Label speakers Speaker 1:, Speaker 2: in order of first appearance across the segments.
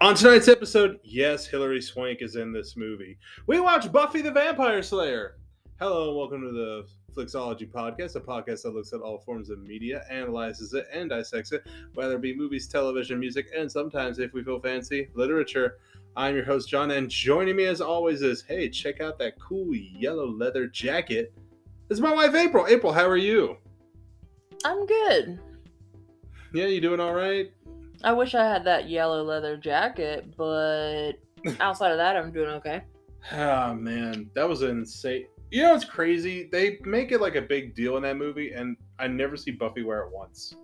Speaker 1: On tonight's episode, yes, Hilary Swank is in this movie. We watch Buffy the Vampire Slayer. Hello and welcome to the Flixology Podcast, a podcast that looks at all forms of media, analyzes it, and dissects it, whether it be movies, television, music, and sometimes, if we feel fancy, literature. I'm your host, John, and joining me as always is hey, check out that cool yellow leather jacket. It's my wife, April. April, how are you?
Speaker 2: I'm good.
Speaker 1: Yeah, you doing all right?
Speaker 2: I wish I had that yellow leather jacket, but outside of that, I'm doing okay.
Speaker 1: Ah man, that was insane. You know, it's crazy. They make it like a big deal in that movie, and I never see Buffy wear it once.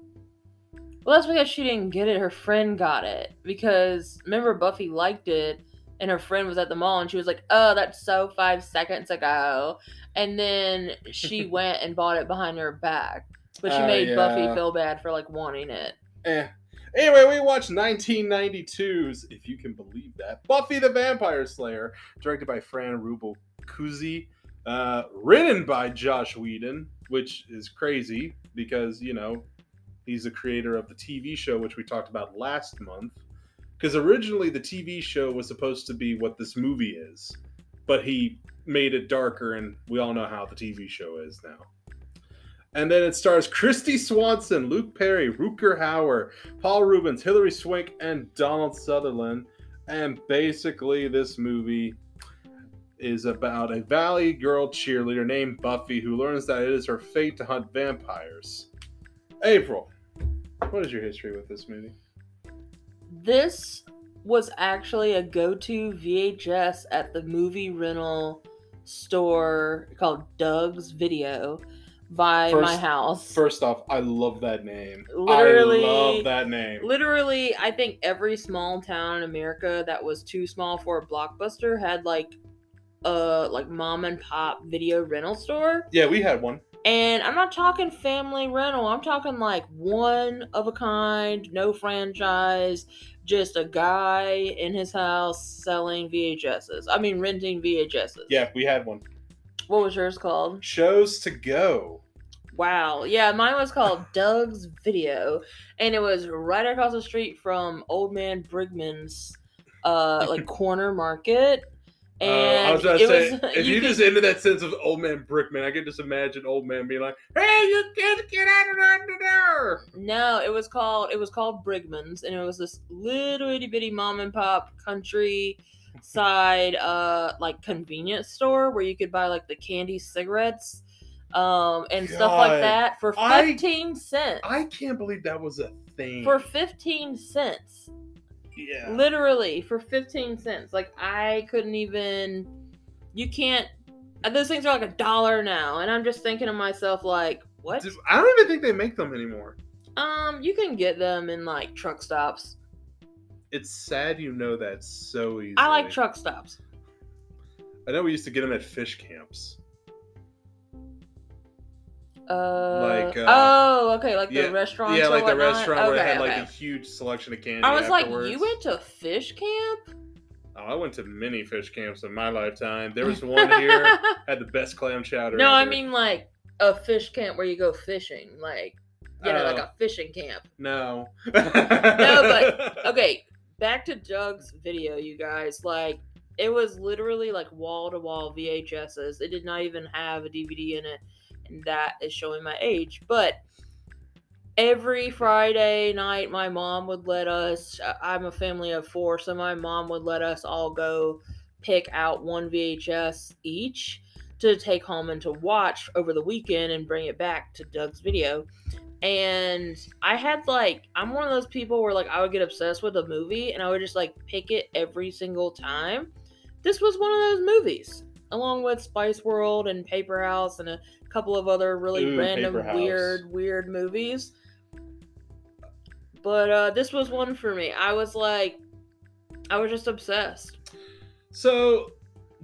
Speaker 2: Well, that's because she didn't get it. Her friend got it. Because remember, Buffy liked it, and her friend was at the mall, and she was like, oh, that's so five seconds ago. And then she went and bought it behind her back. But she
Speaker 1: Oh,
Speaker 2: made
Speaker 1: yeah.
Speaker 2: Buffy feel bad for like wanting it.
Speaker 1: Eh. Anyway, we watched 1992's, if you can believe that, Buffy the Vampire Slayer, directed by Fran Rubel Kuzi, uh, written by Josh Whedon, which is crazy because, you know, he's the creator of the TV show, which we talked about last month. Because originally the TV show was supposed to be what this movie is, but he made it darker, and we all know how the TV show is now. And then it stars Christy Swanson, Luke Perry, Rutger Hauer, Paul Rubens, Hilary Swank, and Donald Sutherland. And basically, this movie is about a Valley girl cheerleader named Buffy who learns that it is her fate to hunt vampires. April, what is your history with this movie?
Speaker 2: This was actually a go to VHS at the movie rental store called Doug's Video by my
Speaker 1: First-
Speaker 2: house.
Speaker 1: First off, I love that name.
Speaker 2: Literally-
Speaker 1: I love that name.
Speaker 2: Literally, I think every small town in America that was too small for a blockbuster had like a like mom and pop video rental store.
Speaker 1: Yeah, we had one.
Speaker 2: And I'm not talking family rental. I'm talking like one of a kind, no franchise, just a guy in his house selling VHSs. I mean, renting VHSs.
Speaker 1: Yeah, we had one.
Speaker 2: What was yours called?
Speaker 1: Shows to go.
Speaker 2: Wow. Yeah, mine was called Doug's Video, and it was right across the street from Old Man Brigman's, uh, like corner market.
Speaker 1: Uh,
Speaker 2: And
Speaker 1: I was about to
Speaker 2: it
Speaker 1: say,
Speaker 2: was,
Speaker 1: if you,
Speaker 2: could-
Speaker 1: just ended that sense of old man Brickman, I could just imagine old man being like, "Hey, you kids, get out of there, out of there!"
Speaker 2: No, it was called it was called Brigman's, and it was this little itty bitty mom and pop country side uh like convenience store where you could buy like the candy cigarettes um and stuff like
Speaker 1: God.
Speaker 2: that for
Speaker 1: I-
Speaker 2: 15 cents
Speaker 1: I can't believe that was a thing.
Speaker 2: for 15 cents
Speaker 1: yeah,
Speaker 2: literally for 15 cents like i couldn't even you can't uh, those things are like a dollar now and i'm just thinking to myself like what
Speaker 1: Dude, I don't even think they make them anymore.
Speaker 2: um you can get them in like truck stops
Speaker 1: It's sad you know that so easily.
Speaker 2: i like truck stops
Speaker 1: I know we used to get them at fish camps.
Speaker 2: uh,
Speaker 1: Like, uh,
Speaker 2: oh okay like
Speaker 1: yeah,
Speaker 2: the restaurant
Speaker 1: yeah,
Speaker 2: or
Speaker 1: like the
Speaker 2: whatnot?
Speaker 1: restaurant
Speaker 2: okay,
Speaker 1: where they had
Speaker 2: okay.
Speaker 1: like a huge selection of candy.
Speaker 2: I was
Speaker 1: afterwards.
Speaker 2: like you went to fish camp
Speaker 1: Oh, I went to many fish camps in my lifetime. There was one here had the best clam chowder.
Speaker 2: no i
Speaker 1: ever.
Speaker 2: mean like a fish camp where you go fishing like you know like
Speaker 1: Oh.
Speaker 2: a fishing camp
Speaker 1: no, no,
Speaker 2: but- okay, back to Doug's video, you guys. Like, it was literally like wall to wall VHSs. It did not even have a DVD in it, and that is showing my age. But every Friday night, my mom would let us. I- I'm a family of four, so my mom would let us all go pick out one VHS each to take home and to watch over the weekend and bring it back to Doug's video and I had like I'm one of those people where like I would get obsessed with a movie and I would just like pick it every single time. This was one of those movies, along with Spice World and Paper House and a couple of other really
Speaker 1: Ooh,
Speaker 2: random
Speaker 1: Paper House.
Speaker 2: weird weird movies. But uh this was one for me. I was like I was just obsessed.
Speaker 1: So,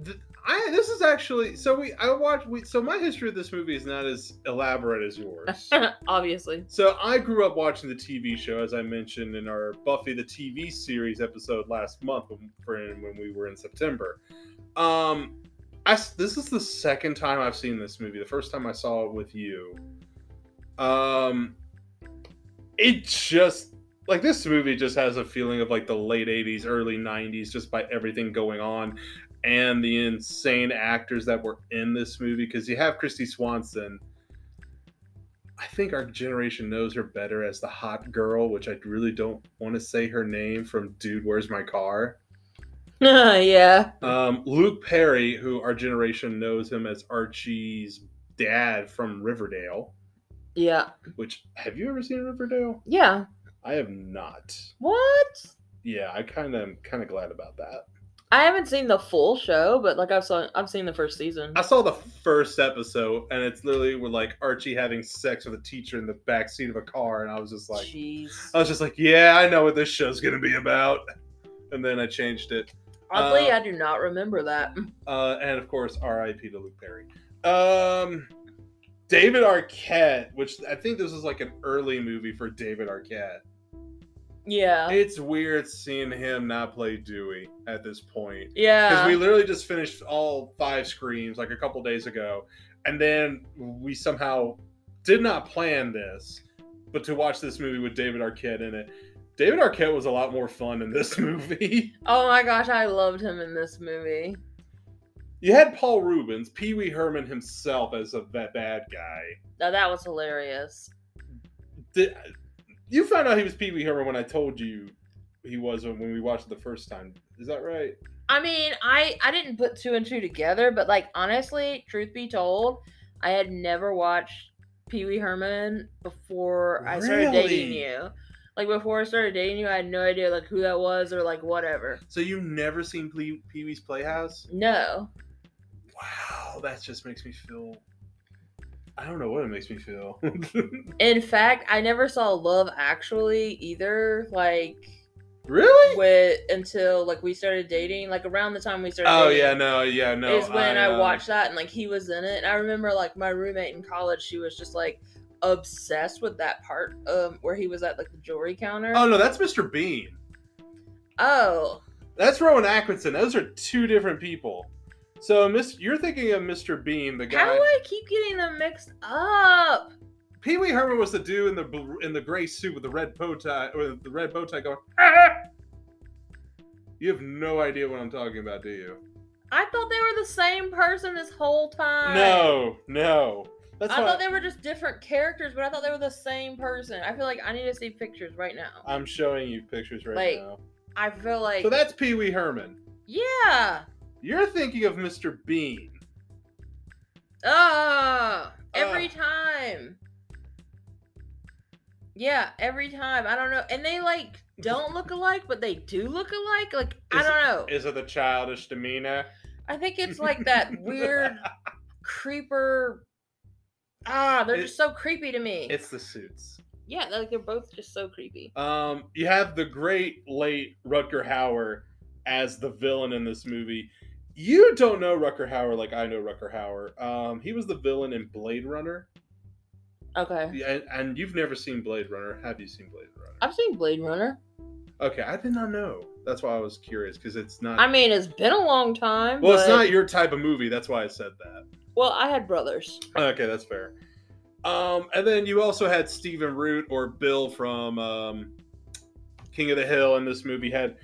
Speaker 1: th- I this is actually so we I watched we so my history of this movie is not as elaborate as yours.
Speaker 2: Obviously.
Speaker 1: so I grew up watching the TV show as I mentioned in our Buffy the TV series episode last month when, for- when we were in September. Um, I s this is the second time I've seen this movie. The first time I saw it with you. Um, it just like this movie just has a feeling of like the late 80s early 90s just by everything going on and the insane actors that were in this movie because you have christy swanson i think our generation knows her better as the hot girl which i really don't want to say her name from dude where's my car
Speaker 2: yeah.
Speaker 1: um, luke perry who our generation knows him as archie's dad from riverdale
Speaker 2: Yeah.
Speaker 1: which have you ever seen riverdale
Speaker 2: Yeah.
Speaker 1: i have not
Speaker 2: What?
Speaker 1: yeah i kind of am kind of glad about that
Speaker 2: I haven't seen the full show, but like I've saw I've seen the first season.
Speaker 1: I saw the first episode, and it's literally with like Archie having sex with a teacher in the back seat of a car, and I was just like, uh,
Speaker 2: Jeez.
Speaker 1: I was just like, yeah, I know what this show's gonna be about. And then I changed it,
Speaker 2: Oddly,
Speaker 1: uh,
Speaker 2: I do not remember that.
Speaker 1: uh, and of course, R.I.P. to Luke Perry. Um, David Arquette, which I think this is like an early movie for David Arquette.
Speaker 2: Yeah.
Speaker 1: It's weird seeing him not play Dewey at this point. because
Speaker 2: Yeah.
Speaker 1: we literally just finished all five screams like a couple days ago, and then we somehow did not plan this, but to watch this movie with David Arquette in it. David Arquette was a lot more fun in this movie.
Speaker 2: oh my gosh, I loved him in this movie.
Speaker 1: You had Paul Rubens, Pee Wee Herman himself as a ba- bad guy.
Speaker 2: Now that was hilarious.
Speaker 1: Did, you found out he was Pee Wee Herman when I told you he was when when we watched it the first time. Is that right?
Speaker 2: I mean, I I didn't put two and two together, but like honestly, truth be told, I had never watched Pee Wee Herman before I started dating
Speaker 1: Really?
Speaker 2: you. Like before I started dating you, I had no idea like who that was or like whatever.
Speaker 1: So you've never seen Pee Pee Wee's Playhouse?
Speaker 2: No.
Speaker 1: Wow, that just makes me feel. I don't know what it makes me feel.
Speaker 2: In fact, I never saw Love Actually either. Like
Speaker 1: really?
Speaker 2: with until like we started dating, like around the time we started.
Speaker 1: Oh
Speaker 2: dating.
Speaker 1: yeah, no, yeah, no.
Speaker 2: is when I,
Speaker 1: uh,
Speaker 2: watched that and like he was in it. And I remember like my roommate in college, she was just like obsessed with that part um where he was at like the jewelry counter.
Speaker 1: Oh no, that's Mr. Bean.
Speaker 2: Oh,
Speaker 1: That's Rowan Atkinson. Those are two different people. So, Miss, you're thinking of Mr. Bean, the
Speaker 2: how
Speaker 1: guy.
Speaker 2: do I keep getting them mixed up?
Speaker 1: Pee Wee Herman was the dude in the bl- in the gray suit with the red bow tie, with the red bow tie going. "Ah!" You have no idea what I'm talking about, do you?
Speaker 2: I thought they were the same person this whole time.
Speaker 1: No, no. That's
Speaker 2: I
Speaker 1: why-
Speaker 2: thought they were just different characters, but I thought they were the same person. I feel like I need to see pictures right now.
Speaker 1: I'm showing you pictures right
Speaker 2: Like,
Speaker 1: now.
Speaker 2: I feel like
Speaker 1: So that's Pee Wee Herman.
Speaker 2: yeah.
Speaker 1: You're thinking of Mr. Bean.
Speaker 2: Ah, every
Speaker 1: Ah.
Speaker 2: time. Yeah, every time. I don't know. And they like don't look alike, but they do look alike. Like I
Speaker 1: Is-
Speaker 2: don't know.
Speaker 1: Is it the childish demeanor?
Speaker 2: I think it's like that weird creeper. Ah, they're
Speaker 1: It-
Speaker 2: just so creepy to me.
Speaker 1: It's the suits.
Speaker 2: yeah, they're- like they're both just so creepy.
Speaker 1: Um, you have the great late Rutger Hauer as the villain in this movie. You don't know Rutger Hauer like I know Rutger Hauer. Um, he was the villain in Blade Runner.
Speaker 2: Okay,
Speaker 1: Yeah, And, and you've never seen Blade Runner. Have you seen Blade Runner?
Speaker 2: I've seen Blade Runner.
Speaker 1: Okay, I did not know. That's why I was curious because it's not.
Speaker 2: I mean, it's been a long time.
Speaker 1: well, it's
Speaker 2: but-
Speaker 1: not your type of movie. That's why I said that.
Speaker 2: Well, I had brothers.
Speaker 1: Okay, that's fair. Um, and then you also had Stephen Root or Bill from um, King of the Hill in this movie had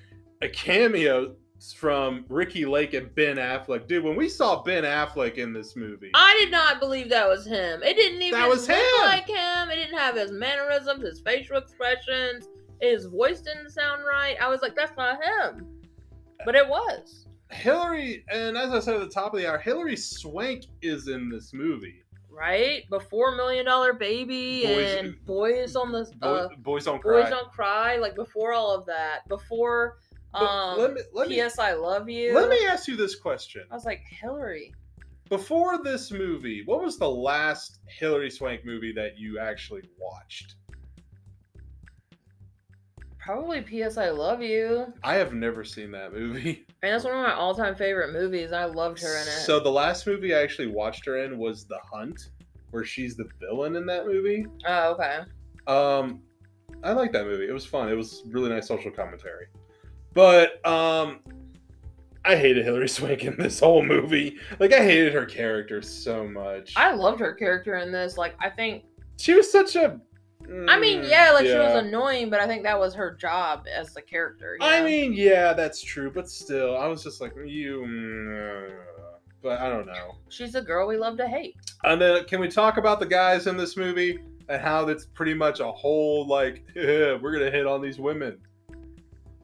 Speaker 1: a cameo from Ricky Lake and Ben Affleck. Dude, when we saw Ben Affleck in this movie,
Speaker 2: I did not believe that was him. It didn't even
Speaker 1: That was
Speaker 2: look
Speaker 1: him.
Speaker 2: like him. It didn't have his mannerisms, his facial expressions, his voice didn't sound right. I was like, that's not him. But it was.
Speaker 1: Hillary, and as I said at the top of the hour, Hillary Swank is in this movie.
Speaker 2: Right? Before Million Dollar Baby
Speaker 1: Boys-
Speaker 2: and Boys on the
Speaker 1: Boy,
Speaker 2: uh,
Speaker 1: Boys Don't Cry.
Speaker 2: Boys Don't Cry, like before all of that. Before
Speaker 1: But
Speaker 2: um
Speaker 1: let me let me,
Speaker 2: PS I Love You.
Speaker 1: let me ask you this question:
Speaker 2: I was like, Hillary.
Speaker 1: Before this movie, what was the last Hillary Swank movie that you actually watched?
Speaker 2: Probably PS I Love You.
Speaker 1: I have never seen that movie.
Speaker 2: And that's one of my all time favorite movies. I loved her in it.
Speaker 1: So the last movie I actually watched her in was The Hunt, where she's the villain in that movie.
Speaker 2: oh, okay.
Speaker 1: Um, I like that movie. It was fun. It was really nice social commentary. But um, I hated Hillary Swank in this whole movie. Like I hated her character so much.
Speaker 2: I loved her character in this. Like, I think
Speaker 1: she was such a mm,
Speaker 2: I mean, yeah, like she
Speaker 1: Yeah.
Speaker 2: was annoying, but I think that was her job as the character. you
Speaker 1: I
Speaker 2: know?
Speaker 1: mean, yeah, that's true, but still, I was just like, you. mm, uh," But I don't know.
Speaker 2: she's a girl we love to hate.
Speaker 1: And then, Uh, can we talk about the guys in this movie and how that's pretty much a whole like, we're gonna hit on these women.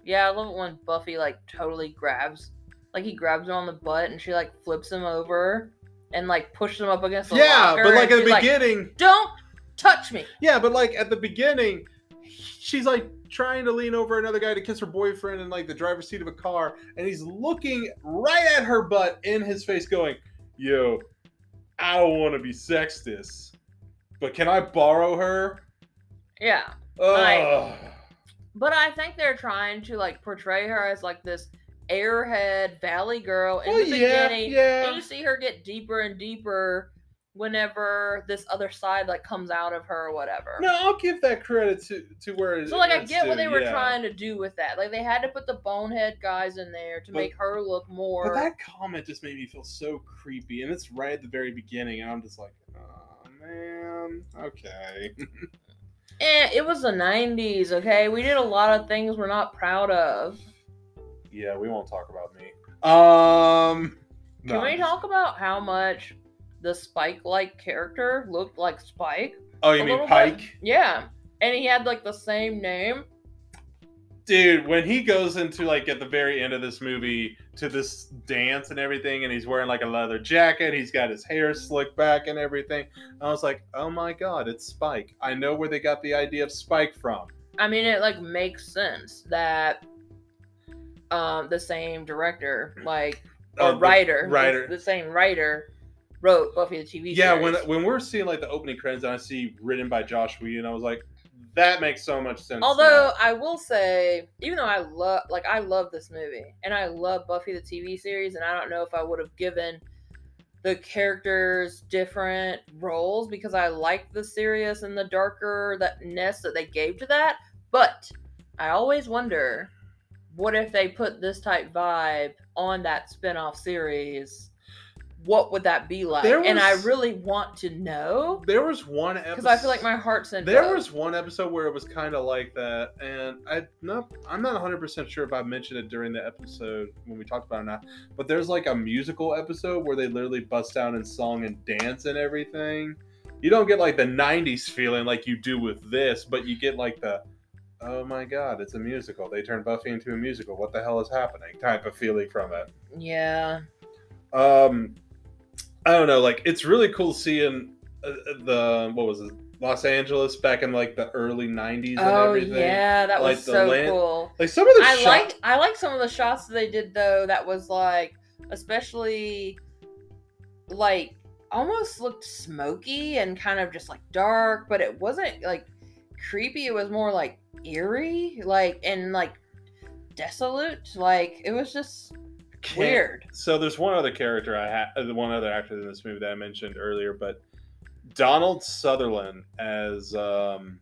Speaker 2: Yeah, I love it when Buffy like totally grabs, like he grabs her on the butt, and she like flips him over and like pushes him up against the
Speaker 1: yeah,
Speaker 2: locker,
Speaker 1: but like
Speaker 2: and
Speaker 1: at
Speaker 2: she's
Speaker 1: the beginning,
Speaker 2: don't touch me.
Speaker 1: yeah, but like at the beginning, she's like trying to lean over another guy to kiss her boyfriend in like the driver's seat of a car, and he's looking right at her butt in his face, going, "Yo, I don't want to be sexist, but can I borrow her?"
Speaker 2: Yeah,
Speaker 1: Ugh.
Speaker 2: but I think they're trying to like portray her as like this airhead valley girl in
Speaker 1: Well,
Speaker 2: the
Speaker 1: yeah,
Speaker 2: beginning. And
Speaker 1: yeah.
Speaker 2: you see her get deeper and deeper whenever this other side like comes out of her or whatever.
Speaker 1: No, I'll give that credit to to where. it-
Speaker 2: So like I
Speaker 1: it's
Speaker 2: get what
Speaker 1: due,
Speaker 2: they were
Speaker 1: yeah.
Speaker 2: trying to do with that. Like they had to put the bonehead guys in there to
Speaker 1: But-
Speaker 2: make her look more
Speaker 1: But that comment just made me feel so creepy, and it's right at the very beginning, and I'm just like, oh man, okay.
Speaker 2: Eh, it was the 90s, okay? We did a lot of things we're not proud of.
Speaker 1: yeah, we won't talk about me. Um,
Speaker 2: Can
Speaker 1: no,
Speaker 2: we
Speaker 1: I'm just-
Speaker 2: talk about how much the Spike like character looked like Spike?
Speaker 1: Oh, you
Speaker 2: a
Speaker 1: mean
Speaker 2: little
Speaker 1: Pike,
Speaker 2: bit. Yeah. And he had like the same name.
Speaker 1: dude? When he goes into like at the very end of this movie to this dance and everything, and he's wearing like a leather jacket, he's got his hair slicked back and everything. I was like, oh my god, it's Spike. I know where they got the idea of Spike from.
Speaker 2: I mean, it like makes sense that um the same director, like or
Speaker 1: Uh, the
Speaker 2: writer, the-
Speaker 1: writer.
Speaker 2: the, same writer wrote Buffy the TV
Speaker 1: yeah,
Speaker 2: series.
Speaker 1: when when we're seeing like the opening credits and I see written by Josh Whedon, I was like, that makes so much sense.
Speaker 2: Although I will say, even though I love, like, I love this movie and I love Buffy the TV series, and I don't know if I would have given the characters different roles because I like the serious and the darker that ness that they gave to that. But I always wonder, what if they put this type vibe on that spin-off series? What would that be like?
Speaker 1: There
Speaker 2: And I
Speaker 1: was-
Speaker 2: really want to know
Speaker 1: now. there was one episode
Speaker 2: because I feel like my heart's in.
Speaker 1: there
Speaker 2: drugs.
Speaker 1: was one episode where it was kind of like that, and I not I'm not 100 percent sure if I mentioned it during the episode when we talked about it or not. But there's like a musical episode where they literally bust down in song and dance and everything. You don't get like the 90s feeling like you do with this, but you get like the oh my god, it's a musical. They turned Buffy into a musical. What the hell is happening? type of feeling from it
Speaker 2: yeah.
Speaker 1: um i don't know like it's really cool seeing uh, the what was it los angeles back in like the early 90s and
Speaker 2: Oh
Speaker 1: everything
Speaker 2: yeah, that
Speaker 1: Like
Speaker 2: was
Speaker 1: the
Speaker 2: so
Speaker 1: land-
Speaker 2: cool.
Speaker 1: like some of the
Speaker 2: I
Speaker 1: shot-
Speaker 2: like I like some of the shots that they did though. That was like especially like almost looked smoky and kind of just like dark, but it wasn't like creepy. It was more like eerie, like and like desolate. Like it was just
Speaker 1: Can't-
Speaker 2: weird.
Speaker 1: so there's one other character i had uh, one other actor in this movie that i mentioned earlier but donald sutherland as um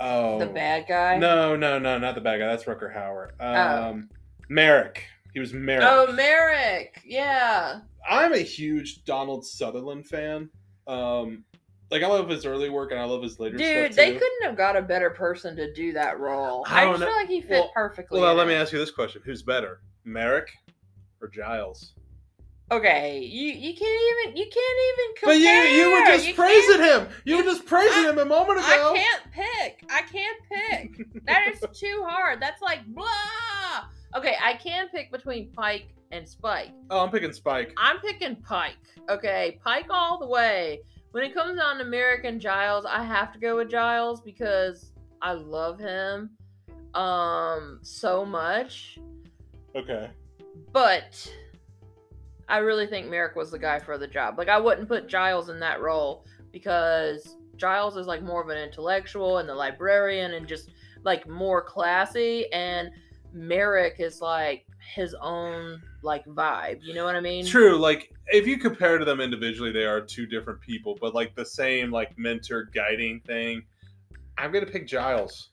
Speaker 1: oh
Speaker 2: The bad guy.
Speaker 1: no no no not the bad guy that's rucker howard um merrick he was merrick
Speaker 2: Oh, Merrick. Yeah.
Speaker 1: I'm a huge Donald Sutherland fan. Um, like I love his early work and I love his later
Speaker 2: Dude,
Speaker 1: stuff
Speaker 2: they
Speaker 1: too.
Speaker 2: couldn't have got a better person to do that role.
Speaker 1: I
Speaker 2: I,
Speaker 1: don't
Speaker 2: just
Speaker 1: know.
Speaker 2: feel like he fit
Speaker 1: Well-
Speaker 2: perfectly.
Speaker 1: Well, now
Speaker 2: in
Speaker 1: let me
Speaker 2: it.
Speaker 1: ask you this question: Who's better, Merrick or Giles?
Speaker 2: Okay, you you can't even you can't even
Speaker 1: But
Speaker 2: compare.
Speaker 1: you you were just
Speaker 2: can't-
Speaker 1: praising him. You were just praising
Speaker 2: I-
Speaker 1: him a moment ago.
Speaker 2: I can't pick. I can't pick. that is too hard. That's like blah. Okay, I can pick between Pike and Spike.
Speaker 1: Oh, I'm picking Spike.
Speaker 2: I'm picking Pike. Okay, Pike all the way. When it comes down to Merrick and Giles, I have to go with Giles because I love him um so much.
Speaker 1: Okay.
Speaker 2: But I really think Merrick was the guy for the job. Like I wouldn't put Giles in that role because Giles is like more of an intellectual and the librarian and just like more classy and Merrick is like his own like vibe. You know what I mean?
Speaker 1: True. Like if you compare to them individually, they are two different people, but like the same like mentor guiding thing. I'm gonna pick Giles.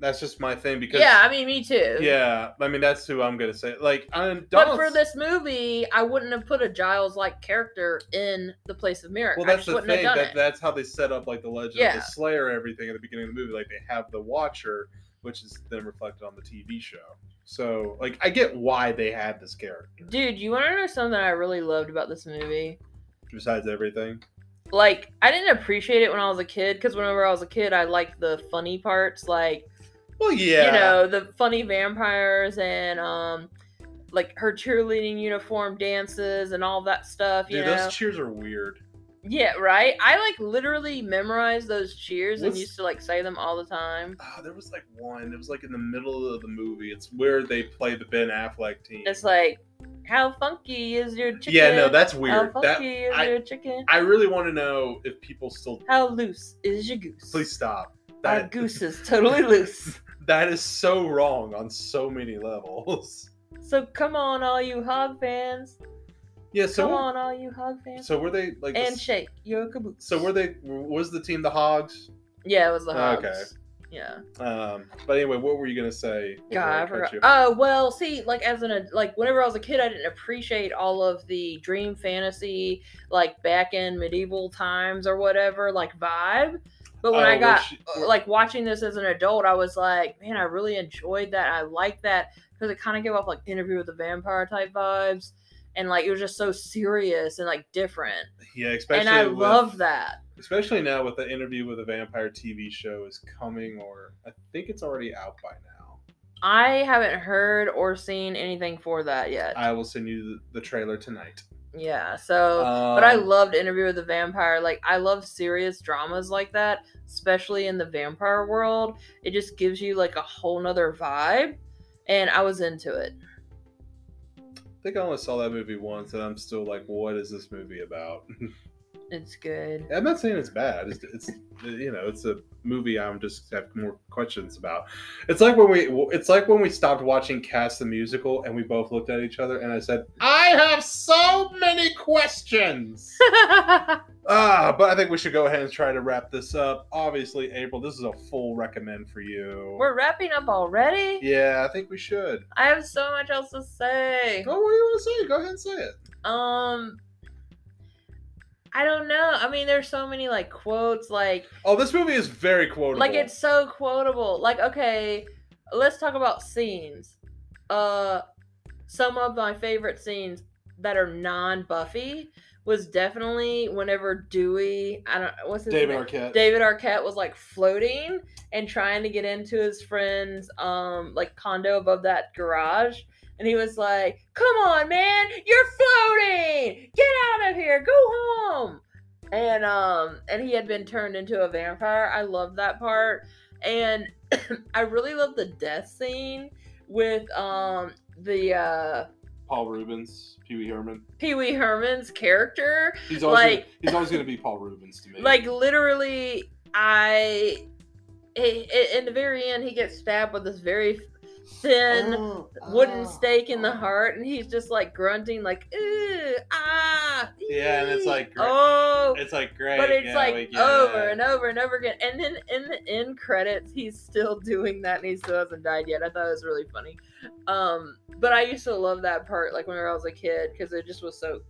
Speaker 1: That's just my thing because
Speaker 2: Yeah, I mean, me too.
Speaker 1: yeah, I mean that's who I'm gonna say. Like, um,
Speaker 2: But
Speaker 1: Donald,
Speaker 2: for this movie, I wouldn't have put a Giles like character in the place of Merrick.
Speaker 1: well,
Speaker 2: I
Speaker 1: that's
Speaker 2: just
Speaker 1: the
Speaker 2: wouldn't
Speaker 1: thing.
Speaker 2: have done
Speaker 1: That,
Speaker 2: it.
Speaker 1: that's how they set up like the Legend of
Speaker 2: Yeah.
Speaker 1: the Slayer, everything at the beginning of the movie. Like they have the Watcher, which is then reflected on the TV show. So, like, I get why they had this character.
Speaker 2: Dude, you want to know something I really loved about this movie?
Speaker 1: Besides everything,
Speaker 2: Like, I didn't appreciate it when I was a kid because whenever I was a kid, I liked the funny parts, like
Speaker 1: well, yeah,
Speaker 2: you know, the funny vampires and um, like her cheerleading uniform dances and all that stuff. You
Speaker 1: dude,
Speaker 2: know,
Speaker 1: those cheers are weird.
Speaker 2: yeah, right. I like literally memorized those cheers and
Speaker 1: What's-
Speaker 2: used to like say them all the time.
Speaker 1: Ah, there was like one. It was like in the middle of the movie. It's where they play the Ben Affleck team.
Speaker 2: It's like, how funky is your chicken?
Speaker 1: yeah, no, that's
Speaker 2: How
Speaker 1: weird.
Speaker 2: funky
Speaker 1: That
Speaker 2: is
Speaker 1: I-
Speaker 2: your chicken?
Speaker 1: I really want to know if people still
Speaker 2: How loose is your goose?
Speaker 1: please stop.
Speaker 2: Our
Speaker 1: That
Speaker 2: goose is totally loose.
Speaker 1: that is so wrong on so many levels.
Speaker 2: So come on, all you hog fans.
Speaker 1: Yeah. So
Speaker 2: come
Speaker 1: what-
Speaker 2: on, all you hog fans.
Speaker 1: so were they like?
Speaker 2: and
Speaker 1: the-
Speaker 2: shake your caboose.
Speaker 1: so were they? Was the team the Hogs?
Speaker 2: Yeah, it was the hogs.
Speaker 1: Okay.
Speaker 2: Yeah.
Speaker 1: Um. But anyway, what were you gonna say? before
Speaker 2: God, I
Speaker 1: cut
Speaker 2: forgot.
Speaker 1: you?
Speaker 2: Oh well, see, like as an ad- like whenever I was a kid, I didn't appreciate all of the dream fantasy, like back in medieval times or whatever, like vibe. But when
Speaker 1: Oh,
Speaker 2: I
Speaker 1: where
Speaker 2: got
Speaker 1: she-
Speaker 2: uh, like watching this as an adult, I was like, man, I really enjoyed that. I like that because it kind of gave off like Interview with the Vampire type vibes, and like it was just so serious and like different,
Speaker 1: yeah, especially
Speaker 2: and I
Speaker 1: with,
Speaker 2: love that.
Speaker 1: especially now with the interview with a vampire TV show is coming, or I think it's already out by now.
Speaker 2: I haven't heard or seen anything for that yet.
Speaker 1: I will send you the, the trailer tonight.
Speaker 2: yeah, so.
Speaker 1: Um,
Speaker 2: But I loved Interview with the Vampire. Like I love serious dramas like that, especially in the vampire world. It just gives you like a whole nother vibe. And I was into it.
Speaker 1: I think I only saw that movie once, and I'm still like, what is this movie about?
Speaker 2: It's good.
Speaker 1: I'm not saying it's bad. It's, it's you know, it's a movie. I'm just have more questions about. It's like when we, it's like when we stopped watching Cast the Musical, and we both looked at each other, and I said, I have so many questions. Ah, but I think we should go ahead and try to wrap this up. Obviously, April, this is a full recommend for you.
Speaker 2: We're wrapping up already.
Speaker 1: yeah, I think we should.
Speaker 2: I have so much else to say.
Speaker 1: Oh, what do you want to say? Go ahead and say it.
Speaker 2: Um I don't know. I mean, there's so many like quotes like
Speaker 1: Oh, this movie is very quotable.
Speaker 2: Like it's so quotable. Like okay, let's talk about scenes. Uh some of my favorite scenes that are non Buffy was definitely whenever Dewey, I don't what's his
Speaker 1: David
Speaker 2: name?
Speaker 1: Arquette.
Speaker 2: David Arquette was like floating and trying to get into his friend's um like condo above that garage. And he was like, Come on, man, you're floating! Get out of here, go home. And um and he had been turned into a vampire. I love that part. And I really love the death scene with um the uh
Speaker 1: Paul Rubens, Pee Wee Herman.
Speaker 2: Pee Wee Herman's character
Speaker 1: He's
Speaker 2: always gonna- Like-
Speaker 1: he's always going to be Paul Rubens to me.
Speaker 2: like literally i i- i- in the very end he gets stabbed with this very thin
Speaker 1: Oh,
Speaker 2: wooden stake in the heart and he's just like grunting like ooh ah
Speaker 1: Yeah, and it's like, gr-
Speaker 2: oh
Speaker 1: it's like great.
Speaker 2: but it's
Speaker 1: yeah,
Speaker 2: like
Speaker 1: we get
Speaker 2: over
Speaker 1: it.
Speaker 2: and over and over again and then in the end credits he's still doing that and he still hasn't died yet i thought it was really funny um but i used to love that part like whenever i was a kid because it just was so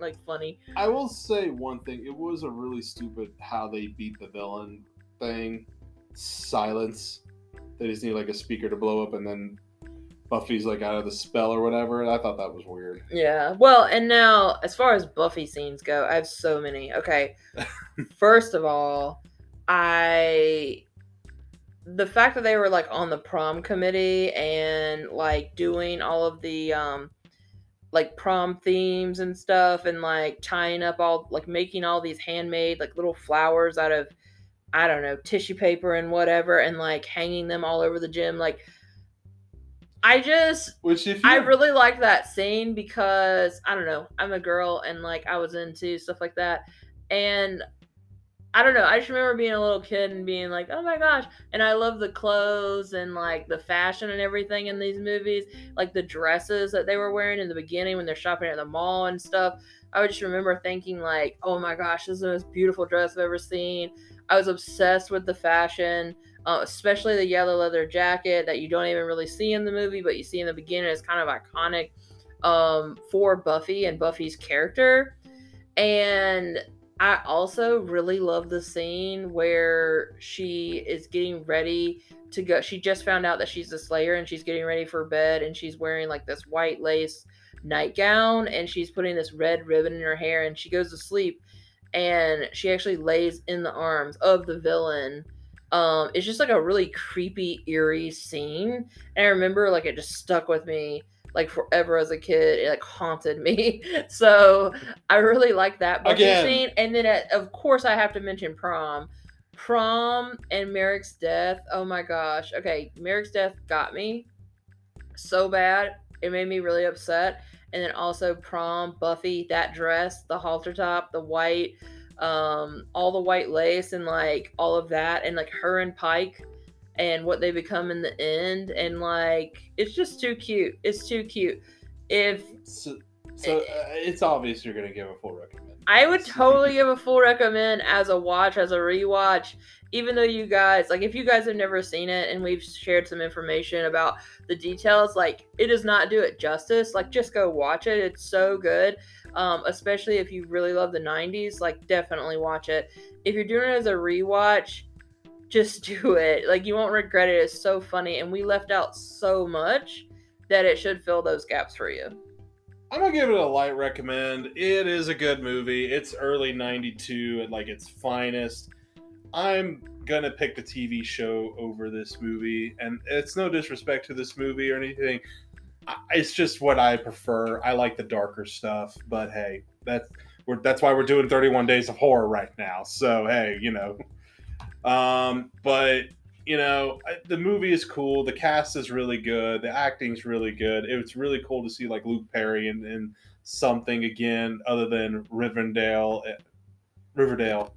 Speaker 2: like funny
Speaker 1: I will say one thing. It was a really stupid how they beat the villain thing. Silence. They just need like a speaker to blow up, and then Buffy's like out of the spell or whatever. I thought that was weird.
Speaker 2: Yeah. Well, and now as far as Buffy scenes go, I have so many. Okay. First of all, I the fact that they were like on the prom committee and like doing all of the um like prom themes and stuff and like tying up all like making all these handmade like little flowers out of I don't know, tissue paper and whatever and like hanging them all over the gym like I just
Speaker 1: Which if you
Speaker 2: I really like that scene because I don't know, I'm a girl and like I was into stuff like that. And I don't know, I just remember being a little kid and being like, oh my gosh. And I love the clothes and like the fashion and everything in these movies, like the dresses that they were wearing in the beginning when they're shopping at the mall and stuff. I would just remember thinking, like, oh my gosh, this is the most beautiful dress I've ever seen. I was obsessed with the fashion. uh, especially the yellow leather jacket that you don't even really see in the movie, but you see in the beginning is kind of iconic um, for Buffy and Buffy's character. And I also really love the scene where she is getting ready to go. She just found out that she's the Slayer and she's getting ready for bed and she's wearing like this white lace nightgown and she's putting this red ribbon in her hair and she goes to sleep and she actually lays in the arms of the villain. Um, it's just like a really creepy, eerie scene. And I remember like it just stuck with me like forever as a kid. It like haunted me. so I really like that Buffy
Speaker 1: Again.
Speaker 2: scene. And then at, of course I have to mention prom. Prom and Merrick's death. Oh my gosh. Okay, Merrick's death got me so bad. It made me really upset. And then also prom, Buffy, that dress, the halter top, the white, um, all the white lace and like all of that, and like her and Pike and what they become in the end, and like it's just too cute. It's too cute. If
Speaker 1: So, so uh, it's obvious you're going to give a full recommend.
Speaker 2: I would totally give a full recommend as a watch, as a rewatch, even though you guys, like, if you guys have never seen it and we've shared some information about the details, like, it does not do it justice. Like, just go watch it. It's so good. Um, especially if you really love the 90s, like, definitely watch it. If you're doing it as a rewatch, just do it. Like, you won't regret it. It's so funny. And we left out so much that it should fill those gaps for you.
Speaker 1: I'm gonna give it a light recommend. It is a good movie. It's early '92 at like its finest. I'm gonna pick the TV show over this movie, and it's no disrespect to this movie or anything. I- It's just what I prefer. I like the darker stuff, but hey, that's we're, that's why we're doing 31 Days of Horror right now. So hey, you know. Um, but you know, I- the movie is cool. The cast is really good. The acting's really good. It was really cool to see like Luke Perry and, and something again other than Rivendell. eh, Riverdale.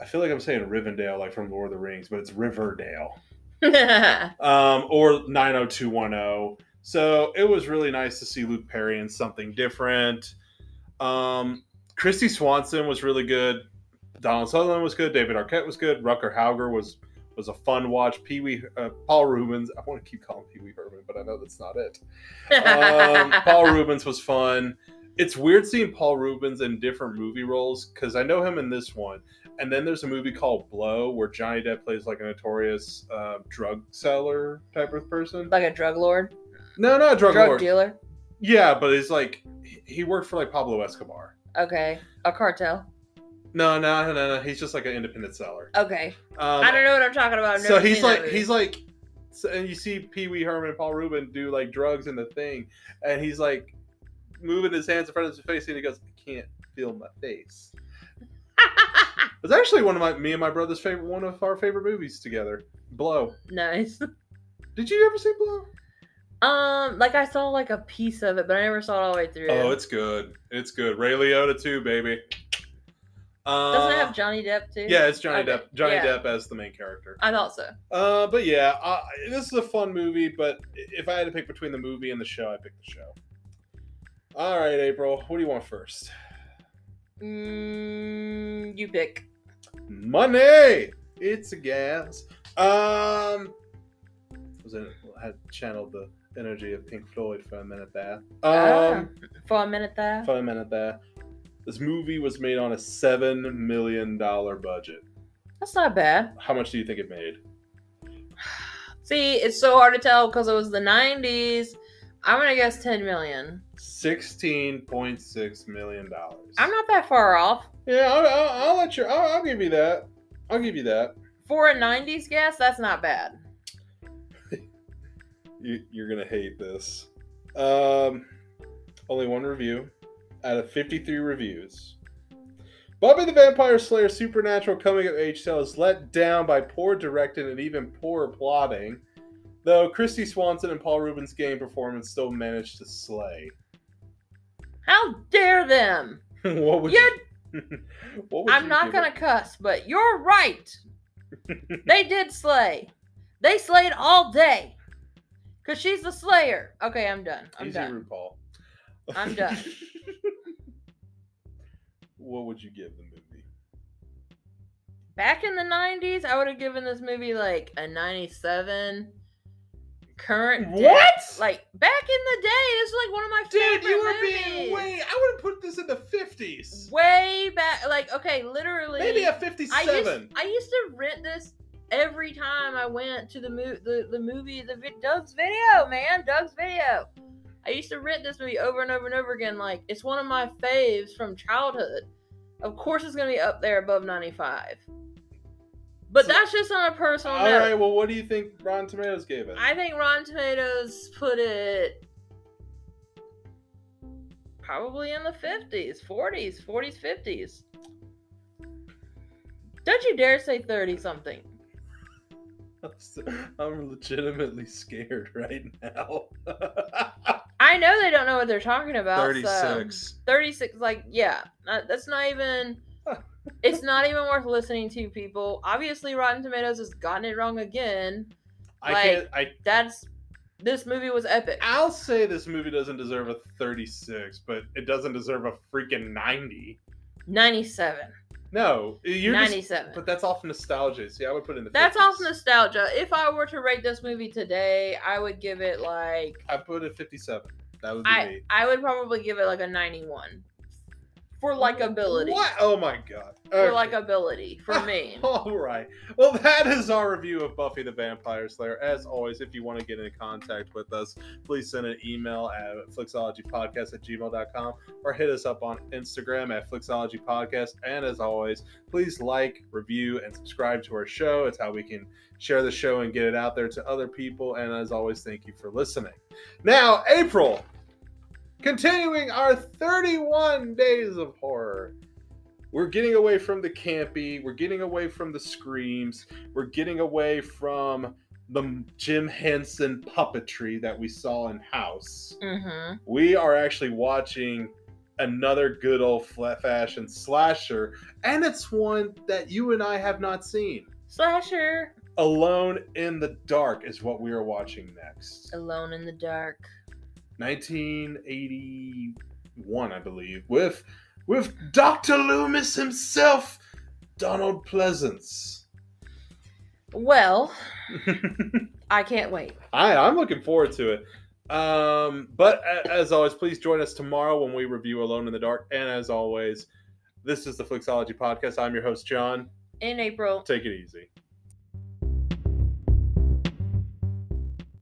Speaker 1: I feel like I'm saying Rivendell, like from Lord of the Rings, but it's Riverdale um, or 90210. oh. So it was really nice to see Luke Perry in something different. Um, Christy Swanson was really good. Donald Sutherland was good. David Arquette was good. Rucker Hauger was was a fun watch. Pee Wee uh, Paul Rubens. I want to keep calling Pee Wee Herman, but I know that's not it. Um, Paul Rubens was fun. It's weird seeing Paul Rubens in different movie roles because I know him in this one, and then there's a movie called Blow where Johnny Depp plays like a notorious uh, drug seller type of person.
Speaker 2: like a drug lord,
Speaker 1: No, not a drug,
Speaker 2: drug
Speaker 1: lord.
Speaker 2: dealer.
Speaker 1: Yeah, but it's like he- he worked for like Pablo Escobar.
Speaker 2: Okay. A cartel.
Speaker 1: No, no, no, no. He's just like an independent seller.
Speaker 2: Okay.
Speaker 1: Um,
Speaker 2: I don't know what I'm talking about. I've
Speaker 1: so
Speaker 2: never
Speaker 1: he's
Speaker 2: seen that
Speaker 1: like
Speaker 2: movie.
Speaker 1: he's like so, and you see Pee Wee Herman and Paul Rubin do like drugs in the thing and he's like moving his hands in front of his face and he goes, I can't feel my face. It's actually one of my me and my brother's favorite one of our favorite movies together. Blow.
Speaker 2: nice.
Speaker 1: Did you ever see Blow?
Speaker 2: Um, like I saw like a piece of it, but I never saw it all the way through.
Speaker 1: Oh, it's good. It's good. Ray Liotta too, baby. Uh,
Speaker 2: doesn't it have Johnny Depp too?
Speaker 1: Yeah, it's Johnny
Speaker 2: Okay,
Speaker 1: Depp. Johnny
Speaker 2: yeah.
Speaker 1: Depp as the main character.
Speaker 2: I thought so.
Speaker 1: Uh, but yeah, uh, this is a fun movie. But if I had to pick between the movie and the show, I pick the show. All right, April. What do you want first?
Speaker 2: Mm, you pick.
Speaker 1: Money. It's a gas. Um, was in, had channeled the energy of Pink Floyd for a minute there. Um,
Speaker 2: Ah, for a minute there.
Speaker 1: for a minute there. This movie was made on a seven million dollar budget.
Speaker 2: That's not bad.
Speaker 1: How much do you think it made?
Speaker 2: See, it's so hard to tell because it was the '90s. I'm gonna guess 10 million.
Speaker 1: Sixteen point six million dollars.
Speaker 2: I'm not that far off.
Speaker 1: Yeah, I'll, I'll, I'll let you. I'll, I'll give you that. I'll give you that.
Speaker 2: For a '90s guess, that's not bad.
Speaker 1: You, you're gonna hate this. Um, only one review out of 53 reviews. Buffy the Vampire Slayer supernatural coming of age tale is let down by poor directing and even poorer plotting, though Christy Swanson and Paul Rubin's game performance still managed to slay.
Speaker 2: How dare them?
Speaker 1: what would
Speaker 2: You
Speaker 1: you? what would
Speaker 2: I'm
Speaker 1: you
Speaker 2: not
Speaker 1: give
Speaker 2: gonna
Speaker 1: it?
Speaker 2: cuss, but you're right. they did slay. They slayed all day. Cause she's the slayer. Okay, I'm done. I'm
Speaker 1: Easy
Speaker 2: done.
Speaker 1: RuPaul.
Speaker 2: I'm done.
Speaker 1: what would you give the movie?
Speaker 2: back in the 90s, I would have given this movie like a 97. Current day-
Speaker 1: What?
Speaker 2: Like back in the day, this is like one of my
Speaker 1: Dude,
Speaker 2: favorite
Speaker 1: you were
Speaker 2: movies.
Speaker 1: being way. I would have put this in the 50s.
Speaker 2: way back like okay literally
Speaker 1: Maybe a
Speaker 2: I
Speaker 1: 57.
Speaker 2: used, I used to rent this every time I went to the mo- the, the movie the vi- Doug's video man Doug's video I used to rent this movie over and over and over again like it's one of my faves from childhood of course it's gonna be up there above 95 but
Speaker 1: So-
Speaker 2: that's just on a personal
Speaker 1: All
Speaker 2: note
Speaker 1: right, well, what do you think Rotten Tomatoes gave it?
Speaker 2: I think Rotten Tomatoes put it probably in the 50s, 40s, 40s, 50s. Don't you dare say 30 something.
Speaker 1: I'm legitimately scared right now.
Speaker 2: I know they don't know what they're talking about. so- 36 like yeah, not- that's not even it's not even worth listening to people. Obviously Rotten Tomatoes has gotten it wrong again.
Speaker 1: I
Speaker 2: Like-
Speaker 1: can't. I.
Speaker 2: That's this movie was epic.
Speaker 1: I'll say this movie doesn't deserve a 36, but it doesn't deserve a freaking 90.
Speaker 2: 97.
Speaker 1: No, you're just.
Speaker 2: 97.
Speaker 1: But that's off nostalgia. See, I would put it in the.
Speaker 2: That's
Speaker 1: 50s.
Speaker 2: off nostalgia. If I were to rate this movie today, I would give it like
Speaker 1: I put it 57. That would be
Speaker 2: I
Speaker 1: me.
Speaker 2: I would probably give it like a 91 for likability.
Speaker 1: What? Oh my god.
Speaker 2: For
Speaker 1: Okay. Oh.
Speaker 2: likability for me.
Speaker 1: All right. Well, that is our review of Buffy the Vampire Slayer. As always, if you want to get in contact with us, please send an email at flixologypodcast at gmail.com or hit us up on Instagram at flixologypodcast. And as always, please like, review, and subscribe to our show. It's how we can share the show and get it out there to other people. And as always, thank you for listening. Now, April, continuing our 31 days of horror. We're getting away from the campy, we're getting away from the screams, we're getting away from the Jim Henson puppetry that we saw in house.
Speaker 2: Mhm.
Speaker 1: We are actually watching another good old flat fashion slasher, and it's one that you and I have not seen.
Speaker 2: Slasher
Speaker 1: Alone in the Dark is what we are watching next.
Speaker 2: Alone in the Dark.
Speaker 1: 1981, I believe, with with Dr. Loomis himself, Donald Pleasance.
Speaker 2: Well, I can't wait.
Speaker 1: I, I'm looking forward to it. Um, but a- as always, please join us tomorrow when we review Alone in the Dark. And as always, this is the Flixology Podcast. I'm your host, John.
Speaker 2: In April.
Speaker 1: Take it easy.